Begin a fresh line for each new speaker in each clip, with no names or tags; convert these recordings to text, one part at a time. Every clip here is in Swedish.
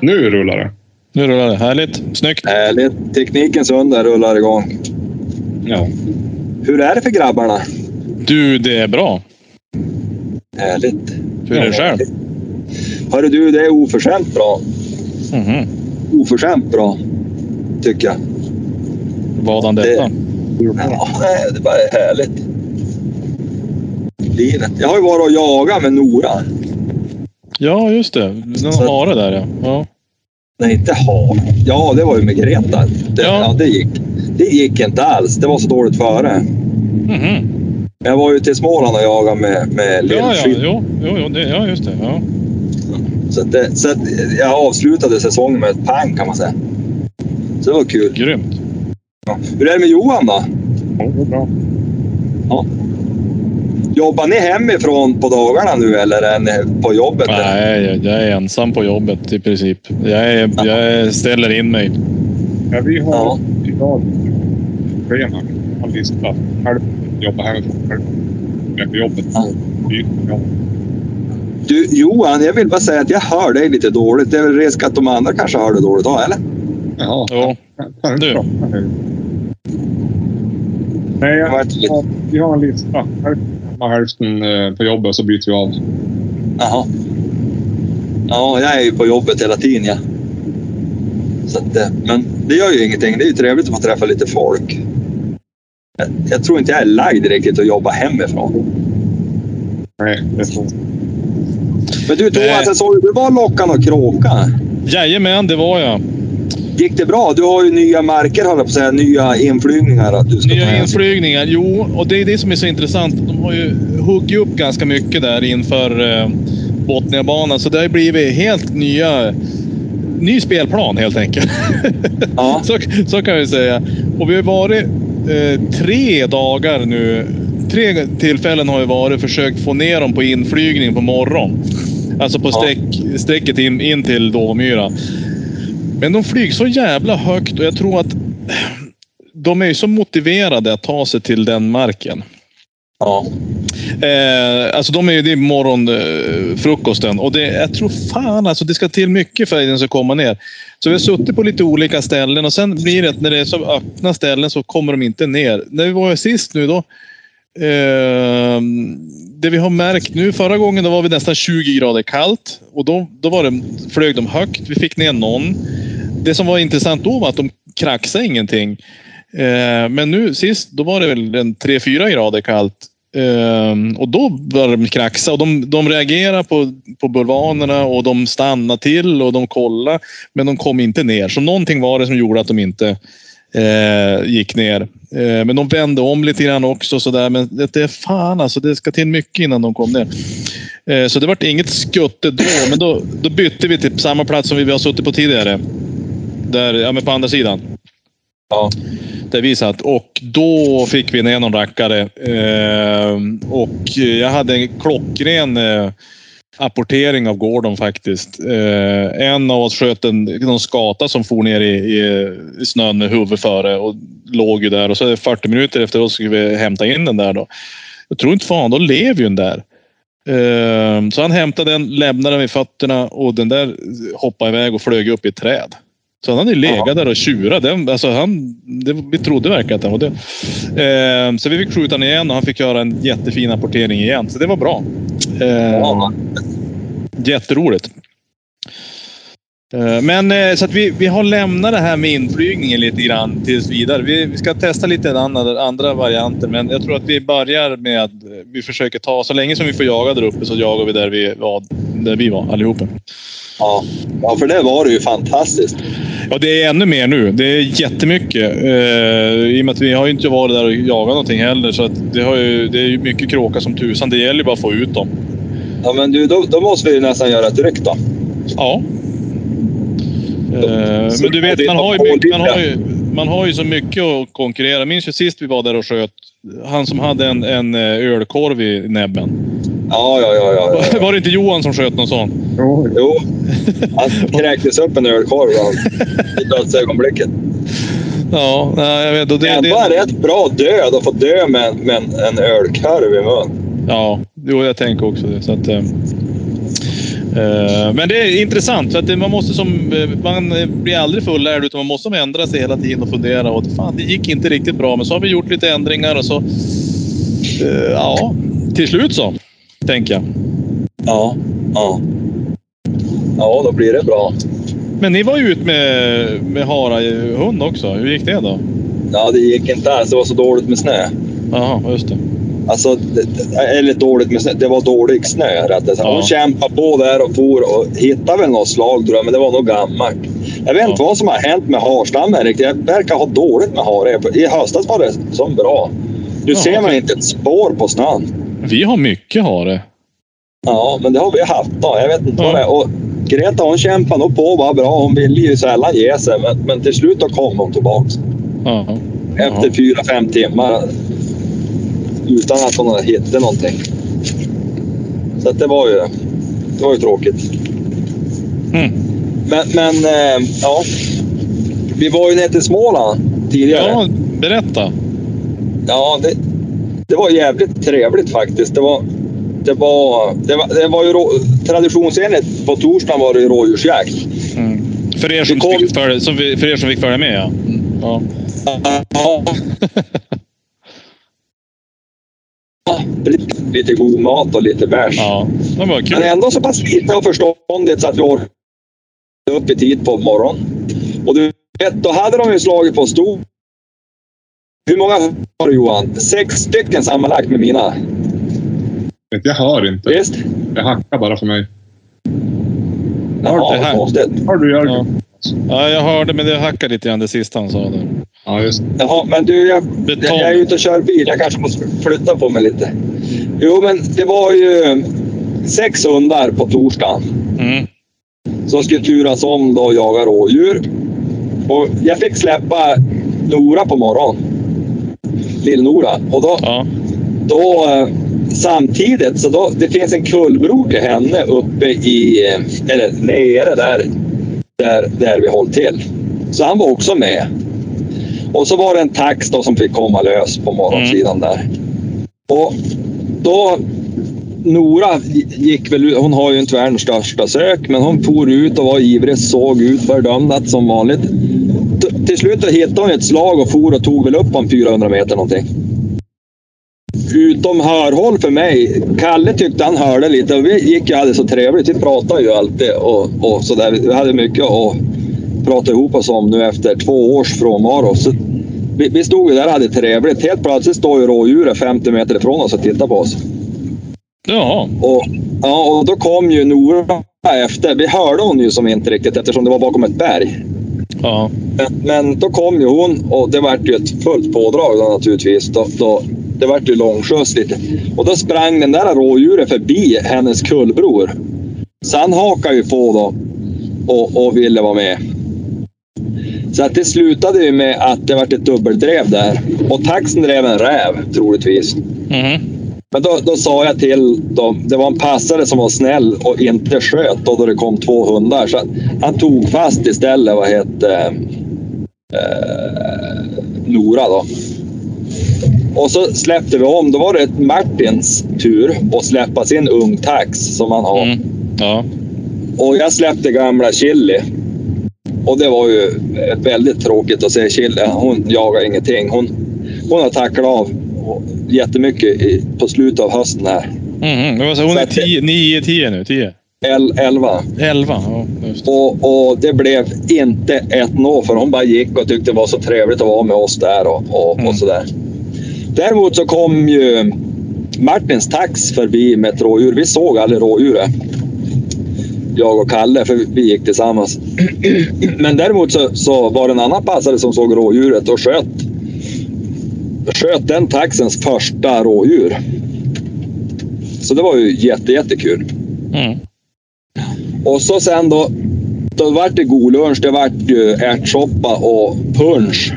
Nu rullar det.
Nu rullar det. Härligt. Snyggt.
Härligt. Teknikens under rullar igång.
Ja.
Hur är det för grabbarna?
Du, det är bra.
Härligt.
Hur är det själv?
Hörru du, det är oförskämt bra.
Mhm.
Oförskämt bra, tycker jag.
Vadan detta?
Ja, det är bara härligt. Livet. Jag har ju varit och jagat med Nora.
Ja, just det. Någon
Så-
hare där ja. ja.
Nej, inte ha. Ja, det var ju med Greta. Det,
Ja.
ja. det gick. Det gick inte alls. Det var så dåligt före.
Mhm.
Jag var ju till Småland och jagade med, med
Ja, ja.
lillskytt.
Jo, jo, jo det, ja, just det. Ja.
Så, att det- så att jag avslutade säsongen med ett pang kan man säga. Så det var kul.
Grymt.
Ja. Hur är det med Johan då?
Ja, det är bra.
Jobbar ni hemifrån på dagarna nu eller är ni på jobbet?
Nej, jag, jag är ensam på jobbet i princip. Jag, är, jag ställer in mig.
Ja, vi har
Ja.
idag schema. Han listar. Själv jobbar hemifrån. Själv är på jobbet.
Ja.
Vi- ja.
Du, Johan, jag vill bara säga att jag hör dig lite dåligt. Det är väl risk att de andra kanske hör dig dåligt då, eller?
Jaha.
Jo.
Ja, det är
Du.
bra. Nej, jag,
Det var inte lite-
ja, vi har en lista. Hälften hemma, hälften eh, på jobbet så byter vi av.
Jaha. Ja, jag är ju på jobbet hela tiden. Ja. Så att, eh, men det gör ju ingenting. Det är ju trevligt att få träffa lite folk. Jag, jag tror inte jag är lagd riktigt att jobba hemifrån.
Nej, det är så.
Men du
Nej.
Thomas, jag såg ju du var Lockan och Kråkan.
Jajamän, det var jag.
Gick det bra? Du har ju nya marker, höll jag på att säga. Nya inflygningar att du ska ta
Nya
med.
inflygningar. Jo, och det är det som är så intressant. De har ju huggit upp ganska mycket där inför eh, Botniabanan. Så det har ju blivit helt nya... Ny spelplan helt enkelt.
Ja,
så, så kan vi säga. Och vi har varit eh, tre dagar nu. Tre tillfällen har vi varit försökt få ner dem på inflygning på morgon. Alltså på
Ja.
streck, strecket in, in till Dovmyra. Men de flyger så jävla högt och jag tror att de är ju så motiverade att ta sig till den marken.
ja.
Eh, alltså de är ju det är morgonfrukosten eh, frukosten. och det, jag tror fan alltså det ska till mycket för att den ska komma ner. Så vi har suttit på lite olika ställen och sen blir det att när det är så öppna ställen så kommer de inte ner. När vi var sist nu då. Eh, det vi har märkt nu, förra gången då var vi nästan 20 grader kallt och då, då var det, flög de högt. Vi fick ner någon. Det som var intressant då var att de kraxade ingenting. Eh, men nu sist, då var det väl en 3-4 grader kallt. Ehm, och då började de kraxa och de, de reagerade på, på bulvanerna och de stannade till och de kollade. Men de kom inte ner. Så någonting var det som gjorde att de inte eh, gick ner. Eh, men de vände om lite grann också. Så där. Men det det är fan alltså, det ska till mycket innan de kom ner. Eh, så det vart inget skutte då. Men då, då bytte vi till samma plats som vi har suttit på tidigare. Där, ja, men på andra sidan
ja.
där vi satt. Och då fick vi ner någon rackare. Ehm, och jag hade en klockren eh, apportering av Gordon faktiskt. Eh, en av oss sköt en någon skata som for ner i, i, i snön med huvudet före och låg ju där. Och så 40 minuter efteråt skulle vi hämta in den där då. Jag tror inte fan, då lever ju den där. Ehm, så han hämtade den, lämnade den vid fötterna och den där hoppade iväg och flög upp i ett träd. Så han hade ju legat där och tjurat. Den, alltså han, det, vi trodde verkligen att den var död. Ehm, så vi fick skjuta den igen och han fick göra en jättefin apportering igen. Så det var bra. Ehm,
ja.
Jätteroligt. Eh, Men eh, så att vi, vi har lämnat det här med inflygningen lite grann tills vidare. Vi, vi ska testa lite andra, andra varianter, men jag tror att vi börjar med att eh, vi försöker ta, så länge som vi får jaga där uppe så jagar vi där vi var, där vi var allihopa.
Ja. ja, för det var det ju fantastiskt.
Ja, det är ännu mer nu. Det är jättemycket. Eh, I och med att vi har ju inte varit där och jagat någonting heller, så att det, har ju, det är ju mycket kråka som tusan. Det gäller ju bara att få ut dem.
Ja, men du, då, då måste vi ju nästan göra ett ryck då.
Ja. Eh,
Så-
men du vet,
det är
man har, ju
bara
mycket, man,
olika.
har ju, man har ju så mycket att konkurrera. Minns ju sist vi var där och sköt. Han som hade en, en eh, ölkorv i näbben.
Ja, ja, ja. ja, ja.
Var det inte Johan som sköt någon sån?
Jo,
Jo, han kräktes upp en ölkorv av- i dödsögonblicket.
Ja, nej, jag vet. Och det,
Ändå är det ett bra död att få dö med, med en, en ölkorv i mun.
Ja, jo, jag tänker också det. Så att, eh, eh, men det är intressant, för att det, man, måste som, eh, man blir aldrig fullärd utan man måste ändra sig hela tiden och fundera. Och, fan, det gick inte riktigt bra, men så har vi gjort lite ändringar och så... Eh, ja, till slut så, tänker jag.
Ja, ja. Ja, då blir det bra.
Men ni var ju ute med, med harahund också. Hur gick det då?
Ja, det gick inte alls. Det var så dåligt med snö.
Jaha, just det.
Alltså, det- det- eller dåligt med snö. Det var dålig snö rättare sagt.
Ja.
Hon kämpade på där och for och hittade väl något slag tror jag, men det var nog gammalt. Jag vet inte
Ja.
vad som har hänt med harstammen riktigt. Jag verkar ha dåligt med hare. I höstas var det som bra. Nu
Ja,
ser man
okej.
inte ett spår på snön.
Vi har mycket hare.
Ja, men det har vi haft då. Jag vet inte
Ja.
vad det är. Och Greta hon kämpade nog på var bra. Hon ville ju sällan ge sig. Men, men till slut då kom hon tillbaka.
Ja.
Efter fyra, fem timmar. Utan att hon hittade någonting. Så att det var ju, det var ju tråkigt.
Mm.
Men, men eh, ja. Vi var ju nere till Småland tidigare.
ja, berätta.
Ja, det, det var jävligt trevligt faktiskt. Det var, det var, det var, det var ju rå, traditionsenligt på torsdagen var det ju rådjursjakt.
Mm. För, er som
Vi kom-
fick följa, som, vi- för er som fick följa med, ja. ja.
Ja. Lite- Lite god mat och lite bärs.
Ja, det var kul.
Men ändå så pass lite och förståndigt så att vi orkade upp i tid på morgonen. Och du vet, då hade de ju slagit på stor. Hur många har du Johan? Sex stycken sammanlagt med mina.
Vet, Jag hör inte.
Visst?
Det hackar bara för mig.
Jaha,
det här-
vad konstigt.
Hör du Jörgen?
Ja.
Ja.
Ja, jag hörde, men det hackade lite grann det sista han sa. Där.
just det.
Jaha, men du, jag,
Betong.
jag är ute och kör bil. Jag kanske måste flytta på mig lite. Jo, men det var ju sex hundar på torsdagen
Mm.
som skulle turas om då och jaga rådjur. Och jag fick släppa Nora på morgonen. Lill-Nora. Och då,
Ja.
då eh, samtidigt, så då, det finns en kullbro till henne uppe i, eh, eller nere där, där, där vi håller till. Så han var också med. Och så var det en tax då som fick komma lös på morgonsidan där. Och då, Nora g- gick väl ut, hon har ju inte världens största sök, men hon for ut och var ivrig, såg ut fördömdat som vanligt. T- till slut då hittade hon ett slag och for och tog väl upp om 400 meter någonting utom hörhåll för mig. Kalle tyckte han hörde lite och vi gick ju hade så trevligt. Vi pratade ju alltid och, och sådär. Vi hade mycket att prata ihop oss om nu efter två års frånvaro. Så vi, vi stod ju där och hade trevligt. Helt plötsligt står ju rådjuret 50 meter ifrån oss och tittar på oss.
Jaha.
Och, ja, och då kom ju Nora efter. Vi hörde hon ju som inte riktigt eftersom det var bakom ett berg.
Ja.
Men, men då kom ju hon och det vart ju ett fullt pådrag då, naturligtvis. Då, då, det vart ju långskjuts lite. Och då sprang den där rådjuret förbi hennes kullbror. Så han hakade ju på då och, och ville vara med. Så att det slutade ju med att det vart ett dubbeldrev där. Och taxen drev en räv troligtvis.
Mhm.
Men då, då sa jag till dem, det var en passare som var snäll och inte sköt då, då det kom två hundar. Så att han tog fast istället, vad hette eh, Nora då. Och så släppte vi om. Då var det ett Martins tur att släppa sin ung tax som han har.
Mm. Ja.
Och jag släppte gamla Chili. Och det var ju eh, väldigt tråkigt att se Chili. Hon jagar ingenting. Hon, hon har tacklat av jättemycket i, på slutet av hösten här.
Mhm. Men vad sa- Hon är 10, 9, 10 nu. 10.
El- 11.
11. Ja, just. det.
Och, och det blev inte ett nå för hon bara gick och tyckte det var så trevligt att vara med oss där och, och,
Mm.
och sådär. Däremot så kom ju Martins tax förbi med ett rådjur. Vi såg aldrig rådjuret. Jag och Kalle, för vi gick tillsammans. Men däremot så, så var det en annan passare som såg rådjuret och sköt, sköt den taxens första rådjur. Så det var ju jätte, jättekul.
Mm.
Och så sen då, då vart det god lunch. Det vart ju ärtsoppa och punsch.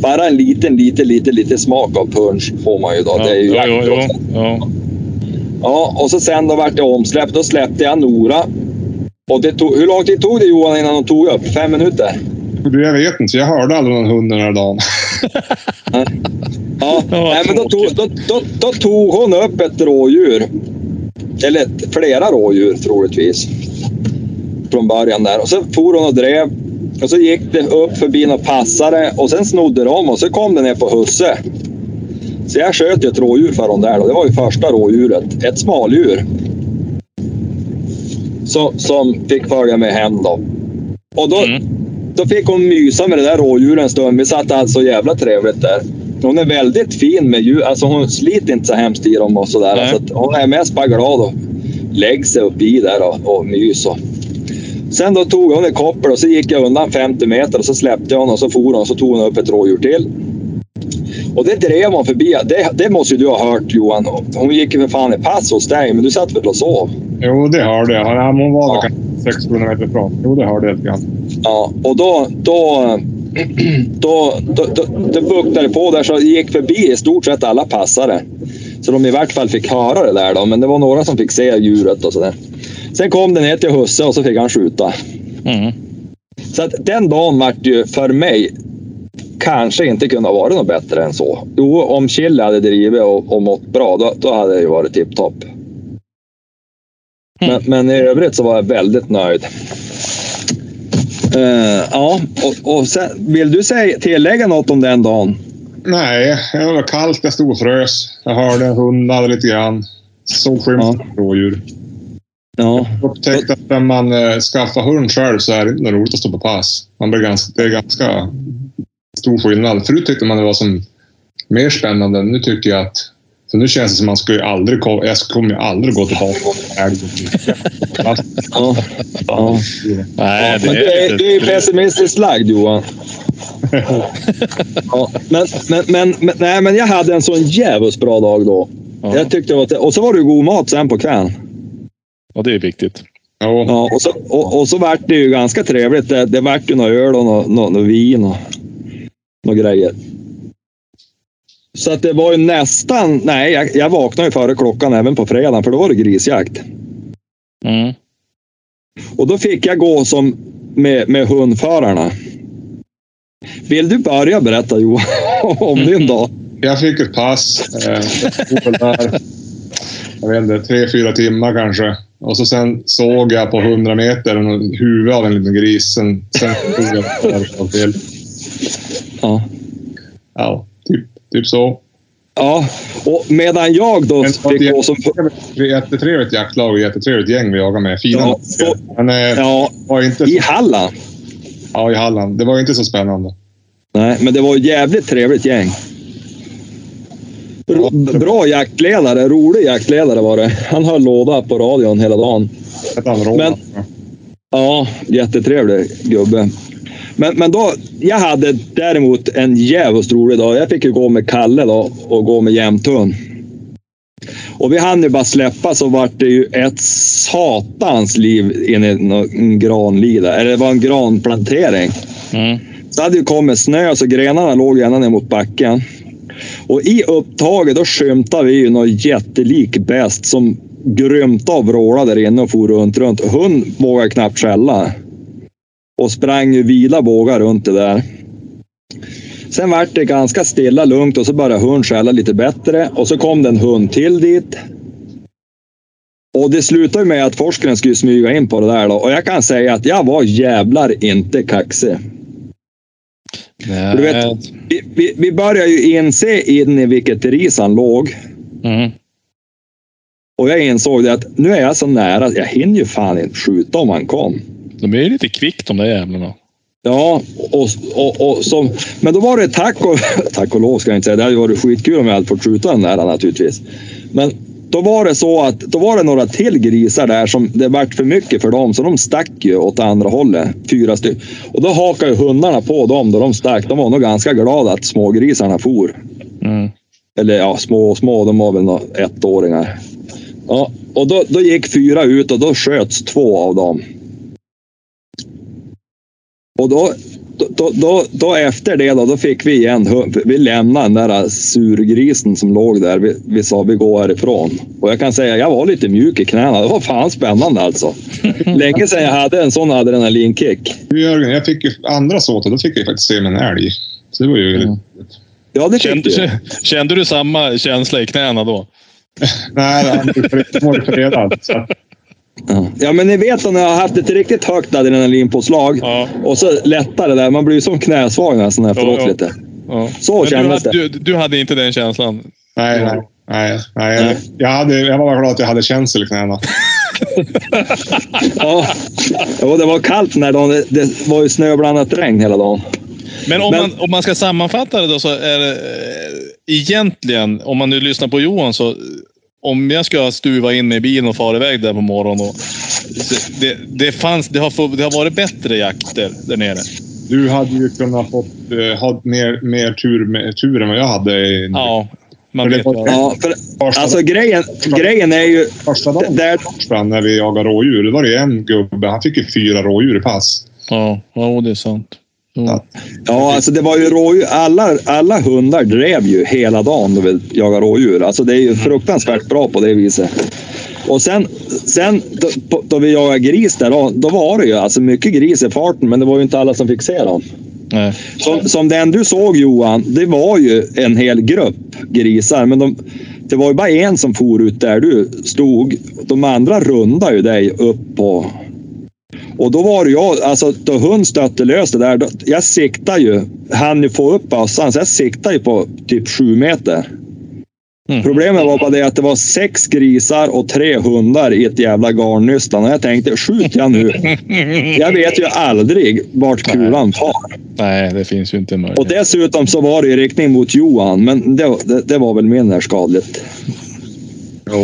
Bara en liten, liten, liten, liten smak av punsch får man ju då. det är ju
ja, jo,
jakt
jo,
också.
ja.
Ja, och så sen då vart det omsläpp. Då släppte jag Nora. Och det tog, hur lång tid tog det Johan innan hon tog upp? Fem minuter?
Du, jag vet inte. Jag hörde aldrig någon hund den här dagen.
Ja,
Ja, vad
nej, men då, tog,
tråkigt.
då, då, då tog hon upp ett rådjur. Eller ett, flera rådjur troligtvis. Från början där. Och sen for hon och drev. Och så gick det upp förbi några passare och sen snodde de och så kom den ner på husse. Så jag sköt ju ett rådjur för hon där då. Det var ju första rådjuret. Ett smaldjur. Så, som fick följa med hem då. Och då,
Mm.
då fick hon mysa med det där rådjuret en stund. Vi satt alltså jävla trevligt där. Hon är väldigt fin med djur. Alltså hon sliter inte så hemskt i dem och sådär.
Nej.
Så att hon är mest bara glad och lägger sig upp i där och, och mys. Och. Sen då tog hon ett koppel och så gick jag undan 50 meter och så släppte jag honom och så for hon och så tog hon upp ett rådjur till. Och det drev hon förbi. Det, det måste ju du ha hört Johan. Hon gick ju för fan i pass hos dig, men du satt väl och sov?
Jo, det hörde jag. Ja, men Hon var
Ja.
ja. kanske 600 meter ifrån. Jo, det hörde jag lite grann.
Ja, och då, då, då, då, då, då buktade det på där så det gick förbi i stort sett alla passare. Så de i vart fall fick höra det där då, men det var några som fick se djuret och sådär. Sen kom den ner till husse och så fick han skjuta.
Mm.
Så att den dagen vart ju för mig kanske inte kunde ha varit något bättre än så. Jo, om Chile hade drivit och, och mått bra, då, då hade det ju varit tipptopp. Men, men i övrigt så var jag väldigt nöjd. Eh, ja, och, och sen, vill du säg, tillägga något om den dagen?
Nej, det var kallt. Jag stod och frös. Jag hörde hundar lite grann. Såg skymten av rådjur.
Ja,
Upptäckte att när man eh, skaffar hund själv så är det inte roligt att stå på pass. Man blir ganska, det är ganska stor skillnad. Förut tyckte man det var som mer spännande. Nu tycker jag att... Så nu känns det som att man skulle ju aldrig, ko- jag kommer ju aldrig gå tillbaka.
ja, ja.
Nej,
Ja, men du är, du är pessimistiskt lagd Johan. Ja, men, men, men, men, nej, men jag hade en sån jävligt bra dag då.
Ja.
Jag tyckte det var, och så var det ju god mat sen på kvällen.
Ja, det är viktigt.
Ja,
Ja, och, så, och, och så vart det ju ganska trevligt. Det, det vart ju några öl och några, några, några vin och några grejer. Så att det var ju nästan... Nej, jag, jag vaknade ju före klockan även på fredagen för då var det grisjakt.
Mm.
Och då fick jag gå som med, med hundförarna. Vill du börja berätta Johan om din dag?
jag fick ett pass. eh, Jag stod väl där, jag vet inte, tre, fyra timmar kanske. Och så sen såg jag på 100 meter en huvud av en liten gris. Sen, sen tog jag ett företag till.
Ja.
Ja, typ, typ så.
ja. Och medan jag då
Men det var ett
fick gå som...
jättetrevligt- jättetrevligt jaktlag och jättetrevligt gäng vi jagade med. Fina
Ja,
ja,
så-
Men eh,
Ja,
var inte
i
så,
Halland.
ja, i Halland. Det var inte så spännande.
Nej, men det var ett jävligt trevligt gäng. Ro- Bra jaktledare, rolig jaktledare var det. Han höll låda på radion hela dagen.
Ett annat råd.
Men- Ja, jättetrevlig gubbe. Men, men då, jag hade däremot en jävligt rolig dag. Jag fick ju gå med Kalle då och gå med jämthund. Och vi hann ju bara släppa så vart det ju ett satans liv inne i nå- en granlida. Eller det var en granplantering.
Mm.
Så hade det kommit snö så grenarna låg ända ner mot backen. Och i upptaget då skymtade vi ju någon jättelik bäst som grymtade och vrålade där inne och for runt, runt. Hund vågade knappt skälla. Och sprang ju vila bågar runt det där. Sen vart det ganska stilla, lugnt och så började hund skälla lite bättre. Och så kom det en hund till dit. Och det slutade ju med att forskaren skulle smyga in på det där då. Och jag kan säga att jag var jävlar inte kaxig.
Nej.
Du vet- Vi, vi, vi börjar ju inse in i vilket ris han låg.
Mm.
Och jag insåg det att nu är jag så nära. Jag hinner ju fan inte skjuta om han kom.
De är ju lite kvickt de där jävlarna.
Ja, och, och, och som, men då var det tack och, tack och lov ska jag inte säga. Det hade ju varit skitkul om jag hade fått skjuta den där naturligtvis. Men då var det så att då var det några till grisar där som det vart för mycket för dem så de stack ju åt andra hållet. Fyra stycken. Och då hakade ju hundarna på dem då de stack. De var nog ganska glada att smågrisarna for.
Mm.
Eller ja, små och små, de var väl nå- ettåringar. Ja, och då, då gick fyra ut och då sköts två av dem. Och då då- då, då, då efter det då, då fick vi igen hund- Vi lämnade den där surgrisen som låg där. Vi, vi sa vi går härifrån. Och jag kan säga jag var lite mjuk i knäna. Det var fan spännande alltså. Länge sedan jag hade en sån adrenalinkick.
Du Jörgen, jag fick ju andra såtet. Då fick jag faktiskt se min älg. Så det var ju...
Mm.
Ja, det fick du.
Kände, kände du samma känsla i knäna då?
Nej, han var ju fred- han var ju fredad. Så att-
Ja. Ja, men ni vet när jag har haft ett riktigt högt adrenalinpåslag.
Ja.
Och så lättare där. Man blir ju som knäsvag nästan efteråt
Ja, ja.
lite.
ja.
Så
Men du,
kändes
hade-
det.
du, du hade inte den känslan?
Nej, nej. Nej, nej. Jag, jag, hade, jag var bara glad att jag hade känsel i knäna.
Ja. ja, det var kallt den här dagen. Det- Det var ju snöblandat regn hela dagen.
Men om,
Men-
Man, om man ska sammanfatta det då så är det eh, egentligen, om man nu lyssnar på Johan, så eh, om jag ska stuva in mig i bilen och fara iväg där på morgonen. Och, så det, det, fanns, det, har, få- det har varit bättre jakter där nere.
Du hade ju kunnat fått eh, ha mer, mer tur, med, tur än vad jag hade i
Ja, man
Men det
vet ju.
var-
aldrig.
Ja, för,
första,
alltså grejen, grejen är ju...
första dagen.
Där,
Torsdagen när vi jagade rådjur. Det var det en gubbe. Han fick ju fyra rådjur i pass.
Ja, ja, det är sant. Ja.
ja, alltså det var ju rådjur. Alla, alla hundar drev ju hela dagen när vi jagade rådjur. Alltså det är ju fruktansvärt bra på det viset. Och sen, sen då, på- då vi jagade gris där, då, då var det ju alltså mycket gris i farten, men det var ju inte alla som fick se dem.
Nej.
Som, som den du såg Johan, det var ju en hel grupp grisar. Men de, det var ju bara en som for ut där du stod. De andra rundade ju dig upp på... Och då var det jag, alltså då hund stötte lös det där. Då, jag siktade ju, han ju få upp bössan, så jag siktade ju på typ sju meter.
Mm.
Problemet var bara det att det var sex grisar och tre hundar i ett jävla garnnystan. Och jag tänkte, skjuter jag nu? Jag vet ju aldrig vart kulan far.
Nej, det finns ju inte en
Och
möjlighet.
dessutom så var det i riktning mot Johan, men det, det, det var väl mindre skadligt.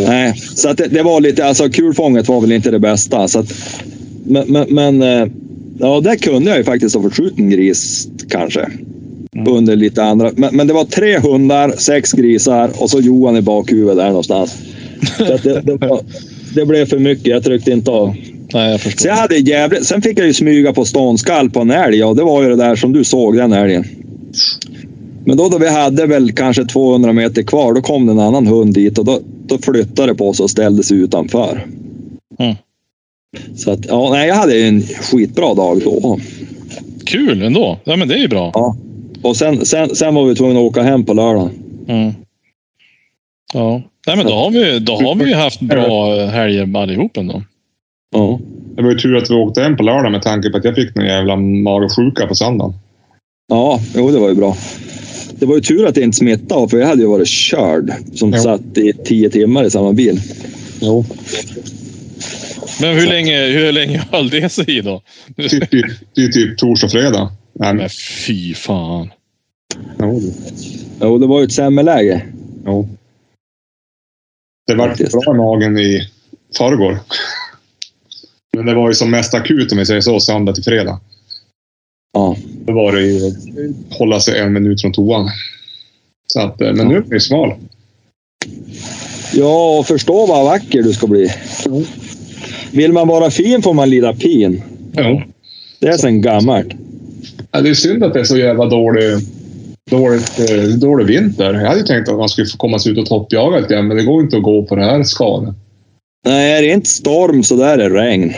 Nej, så att det, det var lite, alltså kulfånget var väl inte det bästa. Så att, men, men, men eh, ja, där kunde jag ju faktiskt ha fått skjuta en gris kanske. Under lite andra. Men, men det var tre hundar, sex grisar och så Johan i bakhuvudet där någonstans. Så att det, det, var, det blev för mycket, jag tryckte inte av.
Nej, jag
Så
förstår.
jag hade jävligt, sen fick jag ju smyga på ståndskall på en älg och det var ju det där som du såg, den älgen. Men då, då vi hade väl kanske 200 meter kvar, då kom det en annan hund dit och då, då flyttade det på sig och ställde sig utanför.
Mm.
Så att, ja, nej, jag hade ju en skitbra dag då.
Kul ändå. Ja, men det är ju bra.
Och sen, sen, sen var vi tvungna att åka hem på lördagen.
Mm. Ja. Nej, men då har vi, då har vi ju haft bra helger allihop ändå.
Ja.
Det var ju tur att vi åkte hem på lördag med tanke på att jag fick någon jävla magsjuka på söndagen.
Ja, jo, det var ju bra. Det var ju tur att det inte smittade för jag hade ju varit körd som
Jo.
satt i tio timmar i samma bil.
Jo.
Men hur länge, hur länge höll det sig i då?
Typ, typ, typ, typ torsdag och fredag. Nej, men,
Men fy fan.
jo,
Jo, det var ju ett sämre läge.
jo. Det var
Faktiskt.
bra i magen i förrgår. Men det var ju som mest akut om vi säger så, söndag till fredag.
Ja.
Då var det ju att hålla sig en minut från toan. Så att, eh, men nu är det ju smal.
Ja, och förstå vad vacker du ska bli.
Jo.
Vill man vara fin får man lida pin.
Jo.
Det är sen gammalt.
Ja, det är synd att det är så jävla dålig, dåligt, eh, dålig vinter. Jag hade ju tänkt att man skulle få komma sig ut och toppjaga lite grann, men det går inte att gå på det här skalet.
Nej, det är inte storm så där är det regn.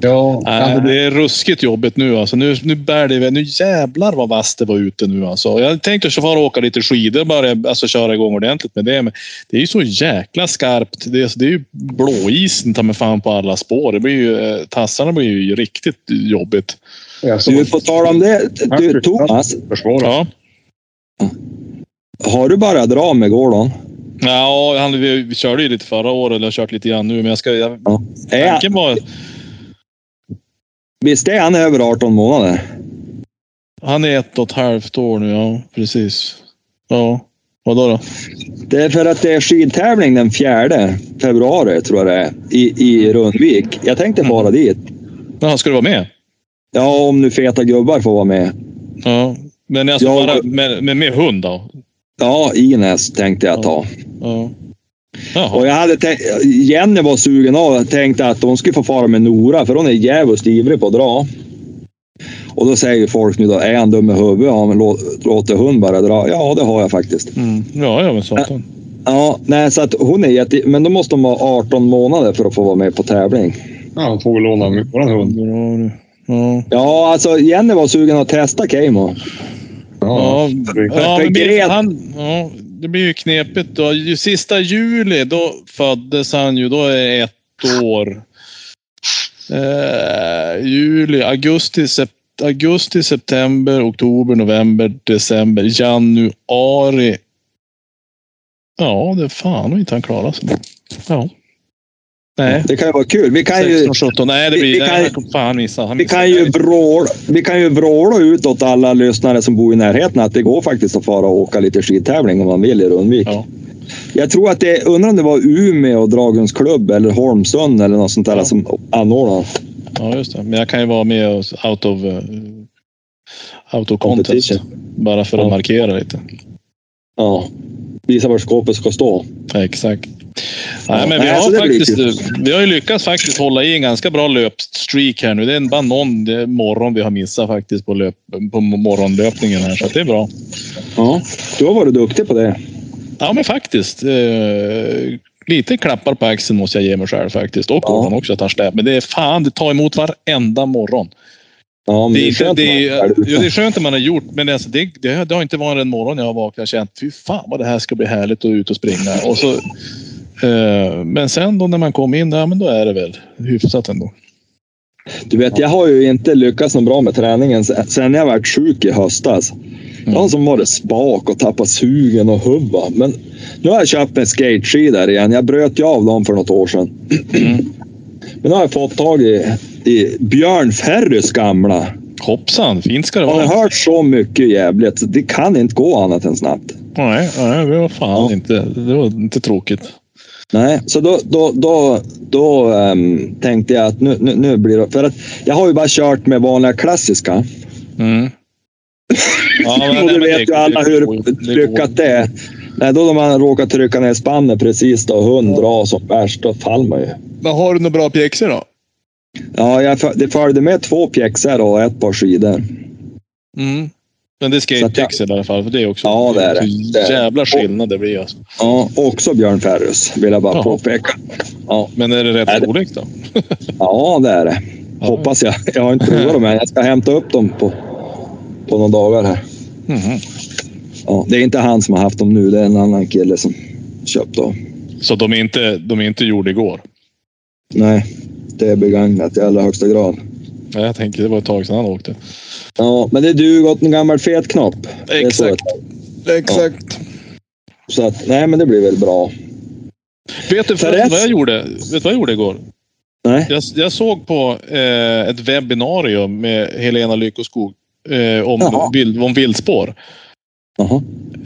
Ja,
Nej, det är ruskigt jobbigt nu alltså. Nu, nu bär det iväg. Nu jävlar vad vass det var ute nu alltså. Jag tänkte så far åka lite skidor och bara alltså, köra igång ordentligt med det. Men det är ju så jäkla skarpt. Det, är- det är ju blåisen ta mig fan på alla spår. Det blir ju, eh, tassarna blir ju riktigt jobbigt.
jag
Du,
såg
på tal om det. Du, Thomas,
försvårat.
Ja.
har du börjat dra med gården?
Ja, han, vi, vi körde ju lite förra året, eller jag har kört lite grann nu, men jag ska... Jag,
Är han,
tanken var,
visst är han över 18 månader?
han är ett och ett halvt år nu, ja. Precis. Ja. Vadå då?
Det är för att det är skidtävling den 4 februari, tror jag det är, i, i Rundvik. Jag tänkte bara dit.
Jaha, ska du vara med?
Ja, om nu feta gubbar får vara med.
Ja. Men alltså
Ja.
bara med, med, med hund då?
Ja, Ines tänkte jag ta.
Ja. Jaha.
Och jag hade tänkt, Jenny var sugen av och tänkte att hon skulle få fara med Nora, för hon är jävligt ivrig på att dra. Och då säger folk nu då, är han dum i huvudet? Ja, men lå- låter hund bara dra? Ja, det har jag faktiskt.
Mm. Ja, ja, men satan.
Ja, nej, så att hon är jätte... Men då måste de vara 18 månader för att få vara med på tävling.
Ja, hon får väl låna min- våran hund.
Bra du. Ja.
Ja, alltså Jenny var sugen att testa Keimo.
Ja,
Ja.
ja, men blir-
Gret-
han, ja, det blir ju knepigt då. Ju Sista juli, då föddes han ju. Då är det ett år. Eh, juli, augusti, sept- augusti, september, oktober, november, december, januari. Ja, det är fan om inte han klarar sig. Ja. Nej.
Det kan ju vara kul. Vi kan ju,
16, 17. Nej, det
vi- vi
blir...
kan-
nej, han- Fan, missar. Han
vi
missar.
kan ju vråla, vi kan ju vråla ut åt alla lyssnare som bor i närheten att det går faktiskt att fara och åka lite skidtävling om man vill i Rundvik.
Ja.
Jag tror att det, undrar om det var Umeå Dragens klubb eller Holmsund eller något sånt där
Ja.
som anordnade.
Ja, just det. Men jag kan ju vara med och out of, eh, out of contest. Bara för att
Ja.
markera lite.
Ja. Visa var skåpet ska stå.
Exakt.
Ja,
Nej, men vi,
nej, alltså det
har
blir
faktiskt, eh, vi har ju lyckats faktiskt hålla i en ganska bra löpstreak här nu. Det är bara någon eh, morgon vi har missat faktiskt på, löp, på morgonlöpningen här, så att det är bra.
Ja. Du har varit duktig på det.
Ja, men faktiskt. Eh, lite klappar på axeln måste jag ge mig själv faktiskt. Och
Ja.
Orban också att han städ. Men det är fan, det tar emot varenda morgon.
Ja, men
Det är, inte,
skönt
det,
att man
är,
själv.
ja, det är skönt att man har gjort, men alltså det, det, det har inte varit en morgon jag har vaknat och känt fy fan vad det här ska bli härligt att ut och springa. Och så, eh, men sen då när man kom in, ja, men då är det väl hyfsat ändå.
Du vet, jag har ju inte lyckats så bra med träningen se- sen jag varit sjuk i höstas. Jag har som varit spak och tappat sugen och hubba. Men nu har jag köpt en skateskidor igen. Jag bröt ju av dem för något år sedan. Men nu har jag fått tag i, i Björn Ferrys gamla.
Hoppsan, fint ska det
Har
vara.
jag hört så mycket jävligt. så Det kan inte gå annat än snabbt.
Nej, nej, det var fan
Ja.
inte, det var inte tråkigt.
Nej, så då, då, då, då ehm, tänkte jag att nu, nu, nu blir det... För att jag har ju bara kört med vanliga klassiska.
Mm. Ja, men-
och
nej,
du
men
vet ju
det-
alla
det
hur
går ju- det går ju.
lyckat det är. Nej, då när man råkar trycka ner spannet precis då hund drar som värst, då faller man ju.
Men har du några bra pjäxor då?
Ja, jag, föl- det följde med två pjäxor och ett par skidor.
Mm. Men det är
Så att jag-
skatepjäxor i alla fall, för det är också
Ja, det är det.
så
Det är det.
jävla skillnad det blir. Alltså.
Ja, också Björn Ferrus, vill jag bara
Jaha.
påpeka.
Men är det
Nej,
rätt
det-
storlek då?
Ja, det är det.
Ja.
Hoppas jag. Jag har inte provat dem än. Jag ska hämta upp dem på, på några dagar här.
Mhm.
Ja, det är inte han som har haft dem nu, det är en annan kille som köpt dem.
Så de är inte, de är inte gjorda igår?
Nej, det är begagnat i allra högsta grad.
Nej, jag tänker det var ett tag sedan han åkte.
Ja, men det duger åt en gammal fet knopp. Det är så
Exakt.
Exakt. Så att, nej men det blir väl bra.
Vet du förresten
Therese?
vad jag gjorde? Vet du vad jag gjorde igår?
Nej.
Jag, jag såg på eh, ett webbinarium med Helena Lyckoskog eh, om,
Jaha.
vild, om vildspår.
Jaha.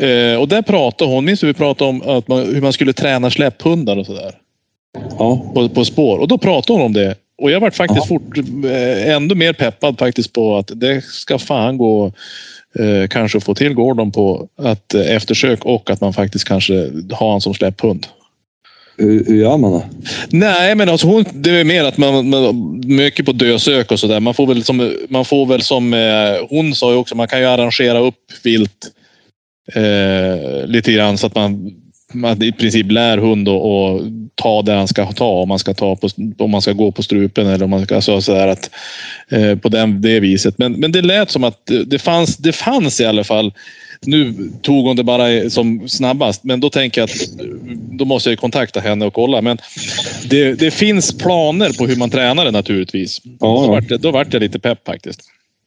Eh, och där pratade hon, minns du vi pratade om att man, hur man skulle träna släpphundar och sådär?
Ja.
på, på spår. Och då pratade hon om det. Och jag vart faktiskt fort, eh, ändå mer peppad faktiskt på att det ska fan gå eh, kanske att få till Gordon på att eh, eftersök och att man faktiskt kanske har han som släpphund.
Hur, hur gör man då?
Nej, men alltså hon, det är mer att man, man mycket på dösök och sådär. Man får väl som, man får väl som eh, hon sa ju också, man kan ju arrangera upp vilt eh, lite grann så att man, man i princip lär hund att och ta där han ska ta. Om man ska, ta på, om man ska gå på strupen eller om man ska alltså, sådär att eh, på den, det viset. Men, men det lät som att det- det fanns, det fanns i alla fall. Nu tog hon det bara som snabbast, men då tänker jag att då måste jag kontakta henne och kolla. Men det, det finns planer på hur man tränar det naturligtvis.
Ja,
Då
ja.
vart, jag- då vart jag lite pepp faktiskt.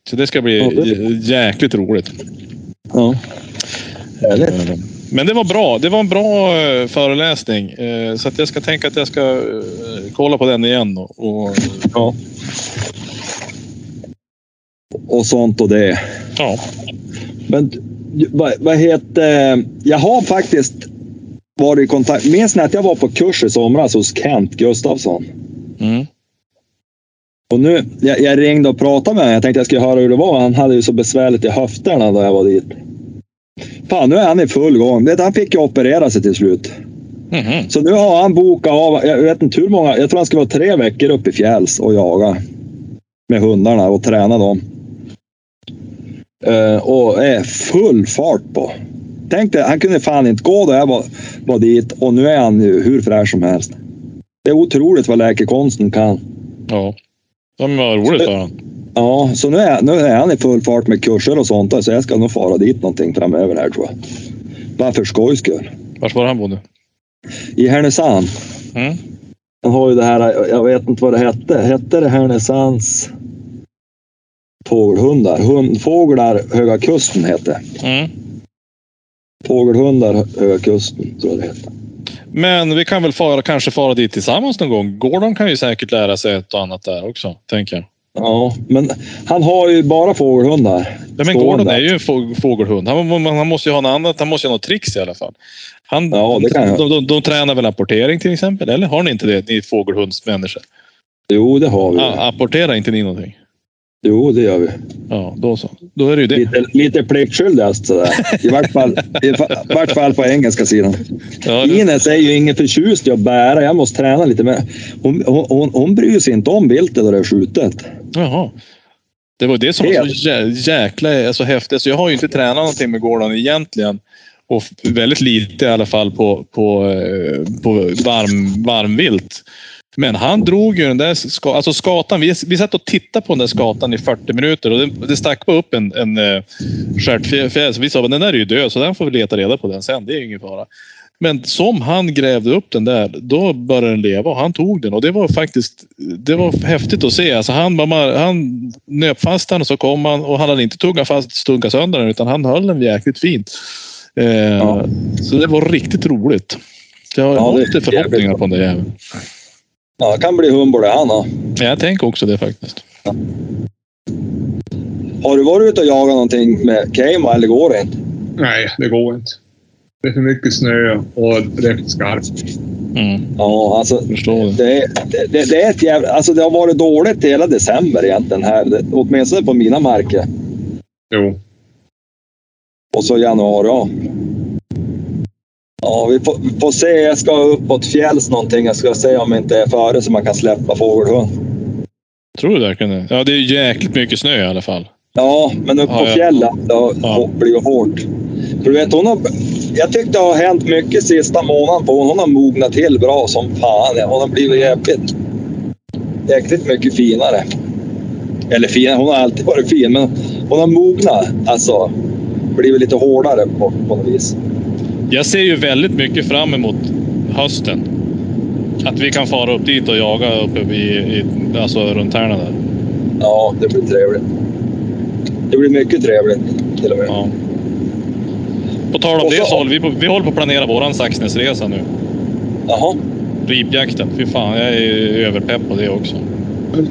Så det ska bli
Ja, det-
jä- jäkligt roligt.
ja. Härligt.
Men det var bra. Det var en bra eh, föreläsning. Eh, Så att jag ska tänka att jag ska eh, kolla på den igen. Och, och,
Ja. Och sånt och det.
ja.
Men du, vad, vad heter... Jag har faktiskt varit i kontakt... Minns ni att jag var på kurs i somras hos Kent Gustafsson?
Mm.
Och nu, jag, jag ringde och pratade med honom. Jag tänkte jag skulle höra hur det var. Han hade ju så besvärligt i höfterna då jag var dit. Fan, nu är han i full gång. Det, han fick ju operera sig till slut.
Mhm.
Så nu har han bokat av, jag vet inte hur många, jag tror han ska vara tre veckor uppe i fjälls och jaga. Med hundarna och träna dem. eh, och är full fart på. Tänk dig, han kunde fan inte gå där jag var, var dit och nu är han ju hur fräsch som helst. Det är otroligt vad läkekonsten kan.
Ja. ja men vad roligt för honom.
Ja, så nu är, nu är han i full fart med kurser och sånt där, så jag ska nog fara dit någonting framöver här tror jag. Bara för skojs skull.
Vars var han bodde?
I Härnösand.
Mm.
Han har ju det här, jag vet inte vad det hette. Hette det Härnösands fågelhundar? Hundfåglar Höga Kusten hette det.
Mm.
Fågelhundar Höga Kusten tror jag det hette.
Men vi kan väl fara, kanske fara dit tillsammans någon gång. Gordon kan ju säkert lära sig ett och annat där också, tänker jag.
Ja, men han har ju bara fågelhundar.
Nej, men
Står
Gordon
där.
är ju en få- fågelhund. Han, må- han måste ju ha något annat. Han måste ju ha något tricks i alla fall. Han,
Ja, det kan jag.
de, de, de tränar väl apportering till exempel? Eller har ni inte det, ni fågelhundsmänniskor?
Jo, det har vi.
Ah, apporterar inte ni någonting?
Jo, det gör vi.
Ja, då så. Då är det ju det.
Lite, lite pliktskyldigast sådär. I vart fall, i fa- vart fall på engelska sidan.
Ja, det-
Ines är ju ingen förtjust i att bära. Jag måste träna lite mer. Hon, hon, hon, hon bryr sig inte om viltet och det är skjutet.
Jaha. Det var det som var så jä- jäkla alltså, häftigt. Så jag har ju inte tränat någonting med Gordon egentligen. Och f- väldigt lite i alla fall på, på, eh, på varm, varmvilt. Men han drog ju den där ska, alltså skatan. Vi, vi satt och tittade på den där skatan i 40 minuter och det, det stack bara upp en, en eh, stjärtfjäder. Så vi sa att den där är ju död, så den får vi leta reda på den sen. Det är ju ingen fara. Men som han grävde upp den där, då började den leva och han tog den. Och det var faktiskt det var häftigt att se. Alltså han, bara- man, han nöp fast den och så kom han och han hade inte tuggat fast stunkat sönder den utan han höll den jäkligt fint. Eh,
Ja.
Så det var riktigt roligt. Så Jag har
Ja, det är
lite
jävligt
förhoppningar
bra.
på den där jäveln.
Ja, han kan bli humble det han har.
Men Jag tänker också det faktiskt.
Har du varit ute och jagat någonting med Keima eller går det inte?
Nej, det går inte. Det är för mycket snö och det är för skarpt.
Mm,
Ja, alltså
förstår det.
det, det, det, det är ett jävla... Alltså det har varit dåligt hela december egentligen här. Det, åtminstone på mina marker.
Jo.
Och så januari, ja. Ja, vi får, vi får se. Jag ska uppåt fjälls någonting. Jag ska se om det inte är före så man kan släppa fågelhund.
Tror du verkligen det? Ja, det är jäkligt mycket snö i alla fall.
Ja, men uppe
Ja,
på
ja.
fjällen det har-
Ja.
blir det hårt. För du vet, hon har, jag tyckte det har hänt mycket sista månaden på hon. Hon har mognat till bra som fan. Hon har blivit jäkligt, jäkligt mycket finare. Eller finare, hon har alltid varit fin, men hon har mognat. Alltså, blivit lite hårdare på, på något vis.
Jag ser ju väldigt mycket fram emot hösten. Att vi kan fara upp dit och jaga uppe i, i, alltså runt Tärna där.
Ja, det blir trevligt. Det blir mycket trevligt till och med.
Ja. På tal om
Och
det
så-
så håller vi på, vi håller på att planera våran Saxnäsresa nu.
Jaha.
Ripjakten. Fy fan, jag är ju överpepp på det också.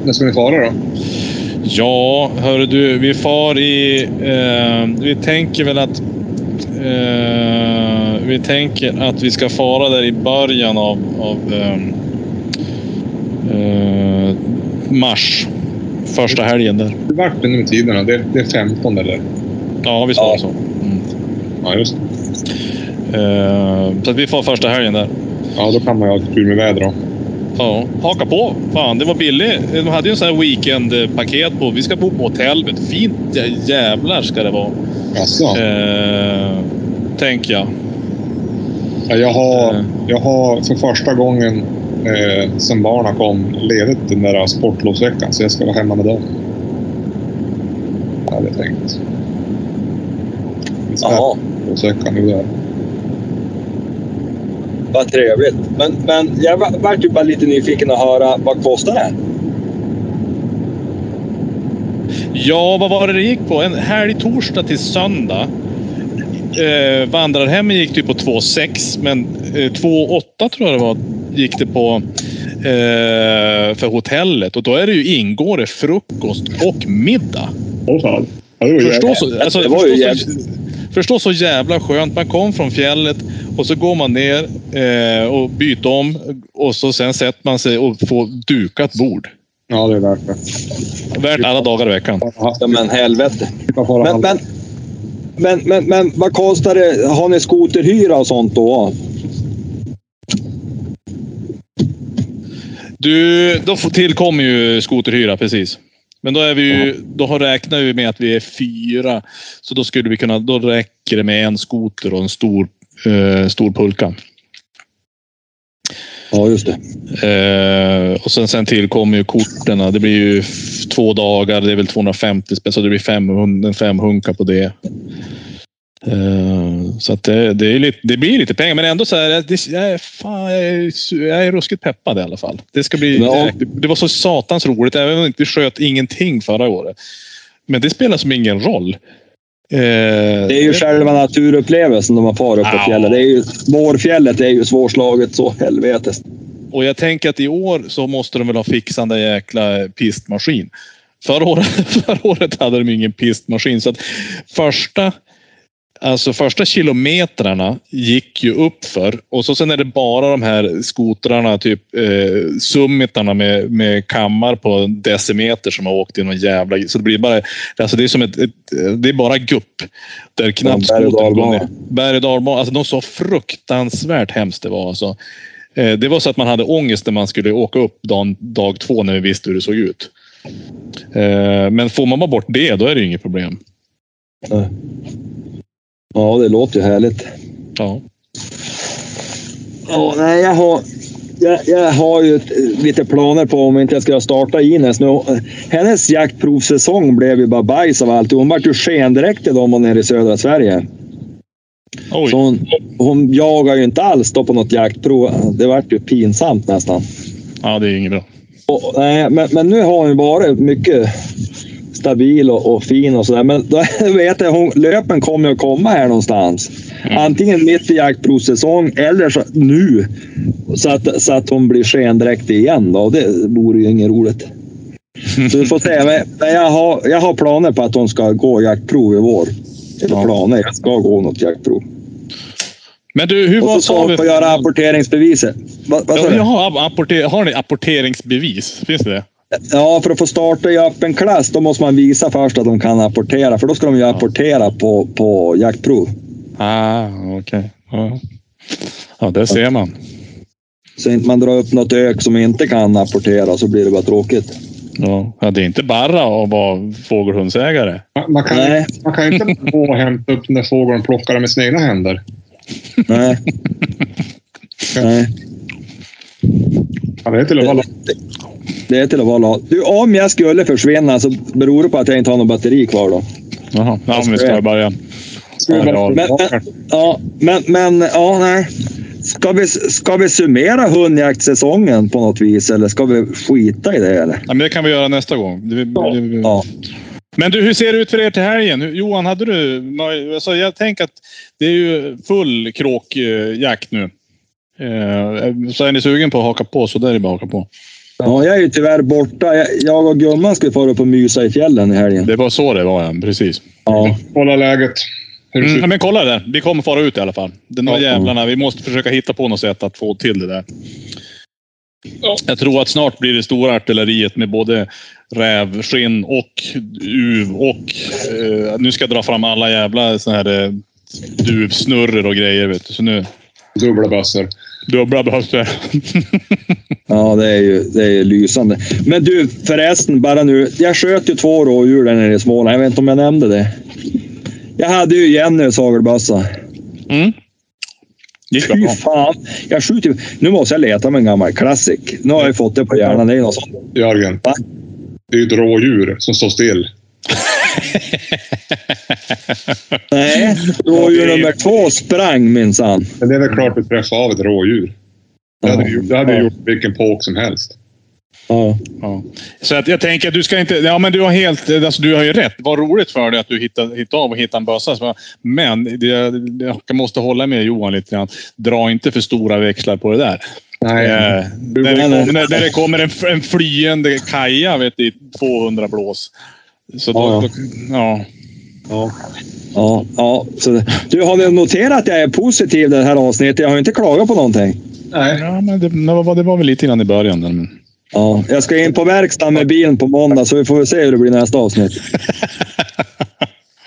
När ska ni fara då?
Ja, hörru du. Vi far i... Eh, vi tänker väl att... Eh, vi tänker att vi ska fara där i början av, av ehm, eh, mars. Första helgen där.
Hur vart det nu med tiderna? Det, det är 15 eller?
Ja, vi svarar
Ja.
så. Mm.
Ja, just det.
Eh, så att vi får första helgen där.
Ja, då kan man ju ha tur med väder då.
Ja, haka på. Fan, det var billigt. De hade ju en sån här weekendpaket på. Vi ska bo på hotell. men Fint jä- jävlar ska det vara.
Jaså?
Eh, tänker jag.
Ja, jag, har,
Eh.
jag har för första gången eh, sen barna kom ledigt den där sportlovsveckan, så jag ska vara hemma med dem. Hade jag tänkt.
Jaha.
Sportlovsveckan, nu där.
Vad trevligt. Men, men jag var- vart ju bara lite nyfiken att höra vad kostar det?
Ja, vad var det det gick på? En helg torsdag till söndag. Eh, vandrarhemmen gick det ju på 2,6 men eh, 2,8 tror jag det var gick det på eh, för hotellet. Och då är det ju ingår det frukost och middag.
Åh fan. Ja, det var ju
Förstå så, alltså,
Det var ju
förstå, så, förstå så jävla skönt. Man kom från fjället och så går man ner eh, och byter om och så sen sätter man sig och får dukat bord.
Ja, det är värt det.
Värt alla dagar i veckan.
Jag har haft
Ja, men helvete.
jag har
Men,
haft-
men, men, men, men vad kostar det? Har ni skoterhyra och sånt då?
Du, då får- tillkommer ju skoterhyra precis. Men då, är vi ju, då har räknar vi med att vi är fyra. Så då skulle vi kunna, då räcker det med en skoter och en stor, eh, stor pulka.
Ja, just det.
Eh, och sen, sen tillkommer ju korten. Det blir ju f- två dagar, det är väl 250 spänn, så det blir 500, en femhunka på det. Eh, så att det, det, är lite, det blir lite pengar, men ändå så här, det, jag, är, fan, jag, är, su- jag är ruskigt peppad i alla fall. Det ska bli...
Men om-
det, det var så satans roligt, även om vi sköt ingenting förra året. Men det spelar som ingen roll. Eh,
Det är ju själva naturupplevelsen de har kvar uppe på
Ja.
fjället. Det är ju, vårfjället är ju svårslaget så helvetes.
Och jag tänker att i år så måste de väl ha fixat den där jäkla pistmaskin. Förra året, förra året hade de ingen pistmaskin. Så att första, alltså första kilometrarna gick ju upp för Och så sen är det bara de här skotrarna, typ eh, summitarna med, med kammar på en decimeter som har åkt i någon jävla... Så det blir bara... Alltså det är som ett... ett det är bara gupp. Där knappt
berg- och
skotern går
dalbana.
ner. Berg och dalbana. Alltså de så fruktansvärt hemskt det var alltså. Eh, Det var så att man hade ångest när man skulle åka upp dag, dag två när vi visste hur det såg ut. Eh, Men får man bara bort det, då är det ju inget problem.
Ja, det låter ju härligt.
Ja.
Ja, nej, jag har, jag, jag har ju ett, eh, lite planer på om inte jag ska starta Ines nu. Hennes jaktprovsäsong blev ju bara bajs av allt. Hon vart ju skendräkt i dem och nere i södra Sverige.
Oj.
Så hon, hon jagar ju inte alls då på något jaktprov. Det vart ju pinsamt nästan.
Ja, det är inget bra.
Och, nej, men, men nu har hon ju varit mycket stabil och, och fin och sådär. Men då vet jag, hon, löpen kommer att komma här någonstans.
Mm.
Antingen mitt i jaktprovsäsong eller så, nu. Så att, så att hon blir skendräkt igen då. Det vore ju inget roligt. Så vi får se. Men- Men jag har, jag har planer på att hon ska gå jaktprov i vår. Eller
Ja.
planer. Jag ska gå något jaktprov.
Men du, hur
Och
var
så ska
sa vi?
hon få göra apporteringsbeviset. Vad, vad sa
Ja,
du?
jag har, apporter, har ni apporteringsbevis? Finns det det?
Ja, för att få starta i öppen klass då måste man visa först att de kan apportera. För då ska de ju apportera på, på jaktprov.
Ah, okej. Ja. ja, där ser man.
Så inte man drar upp något ök som inte kan apportera så blir det bara tråkigt.
Ja. Ja, det är inte bara att vara fågelhundsägare.
Man- Man kan,
Nej.
man kan inte gå och hämta upp när fågeln plockar den med sina egna händer.
Nej. Nej.
Ja, det är till och med
Det är till att vara lat. Du, om jag skulle försvinna så beror det på att jag inte har någon batteri kvar då.
Jaha. Ja, men vi ska börja. Ja, ja.
Men,
Men, men, ja, men, men ja, nej. Ska vi, ska vi summera hundjaktsäsongen på något vis eller ska vi skita i det? Eller?
Ja, men det kan vi göra nästa gång. Det, det, det,
Ja.
Men du, hur ser det ut för er till helgen? Hur- Johan, hade du... möj- Alltså, jag tänker att det är ju full kråkjakt nu. Eh, Så är ni sugen på att haka på så där är det bara att haka på.
Ja, jag är ju tyvärr borta. Jag- Jag och gumman skulle fara upp och mysa i fjällen i helgen.
Det var så det var, ja. Precis.
Ja,
kolla läget. Hur det ser
Mm,
ut.
ja, men kolla där. Vi kommer fara ut i alla fall. De där
Ja.
jävlarna. Vi måste försöka hitta på något sätt att få till det där.
Ja.
Jag tror att snart blir det stora artilleriet med både rävskinn och uv och... Eh, nu ska jag dra fram alla jävla såna här eh, duvsnurror och grejer. Vet du. Så nu...
Dubbla bössor.
Dubbla behövs det.
ja det, är ju, det är ju lysande. Men du förresten, bara nu. Jag sköt ju två rådjur där nere i Småland. Jag vet inte om jag nämnde det. Jag hade ju Jenny sagelbössa.
Mm. Gick väl
Fy
bra.
fan. Jag skjuter Nu måste jag leta med en gammal klassik. Nu har jag ju fått det på hjärnan. Det är ju något sånt.
Jörgen.
Va?
Det är ju ett rådjur som står still.
Nej, rådjur nummer två sprang minsann.
Men det är väl klart att träffa av ett rådjur. Det hade ju det hade ju gjort vilken påk som helst.
Ja.
Ja. Så att jag tänker att du ska inte... Ja, men du har helt... Alltså, du har ju rätt. Vad roligt för dig att du hittade, hittade av och hittade en bössa. Så- Men det, jag måste hålla med Johan lite grann. Dra inte för stora växlar på det där.
Nej.
Eh, när, det
nej, nej.
kommer, när, när det kommer en, en flyende kaja vet du, i 200 blås. Så då,
Ja.
ja. Då, ja.
Ja, ja. Så, det- du, har ni noterat att jag är positiv det här avsnittet? Jag har ju inte klagat på någonting.
Nej.
ja, men det, det, var, det var väl lite innan i början. där, Men...
Ja, jag ska in på verkstaden med bilen på måndag så vi får väl se hur det blir nästa avsnitt.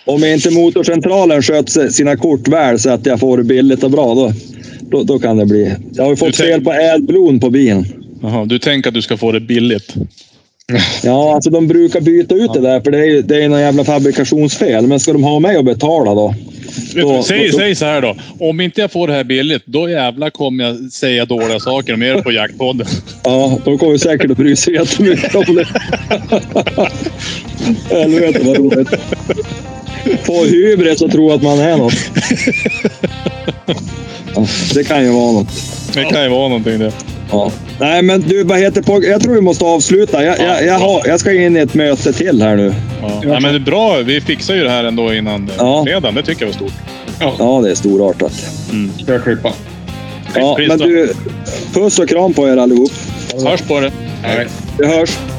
Om inte motorcentralen sköter sina kort väl så att jag får det billigt och bra då, då, då kan det bli. Jag har ju fått
Du tänk-
fel på ädelblon på bilen.
Jaha, du tänker att du ska få det billigt.
Ja, alltså de brukar byta ut det där för det är ju det är någon jävla fabrikationsfel. Men ska de ha mig att betala då? då
Säg,
då-
säg så här då. Om inte jag får det här billigt, då jävla kommer jag säga dåliga saker om er på jaktpodden.
Ja, de kommer säkert att bry sig jättemycket om det. Helvete vad roligt. Få hybris och tro att man är något. Ja, det kan ju vara något.
Det kan ju vara någonting det.
Ja. Nej, men du, vad heter på? Jag tror vi måste avsluta. Jag, jag, jag, har, jag ska in i ett möte till här nu.
Ja. Ja, men det är bra. Vi fixar ju det här ändå innan
Ja.
ja. fredagen. Det tycker jag var stort.
Ja, det är storartat.
Ska jag klippa?
Ja,
Pris
men
då.
du, puss och kram på er allihop.
Hörs på det.
Nej.
Vi hörs.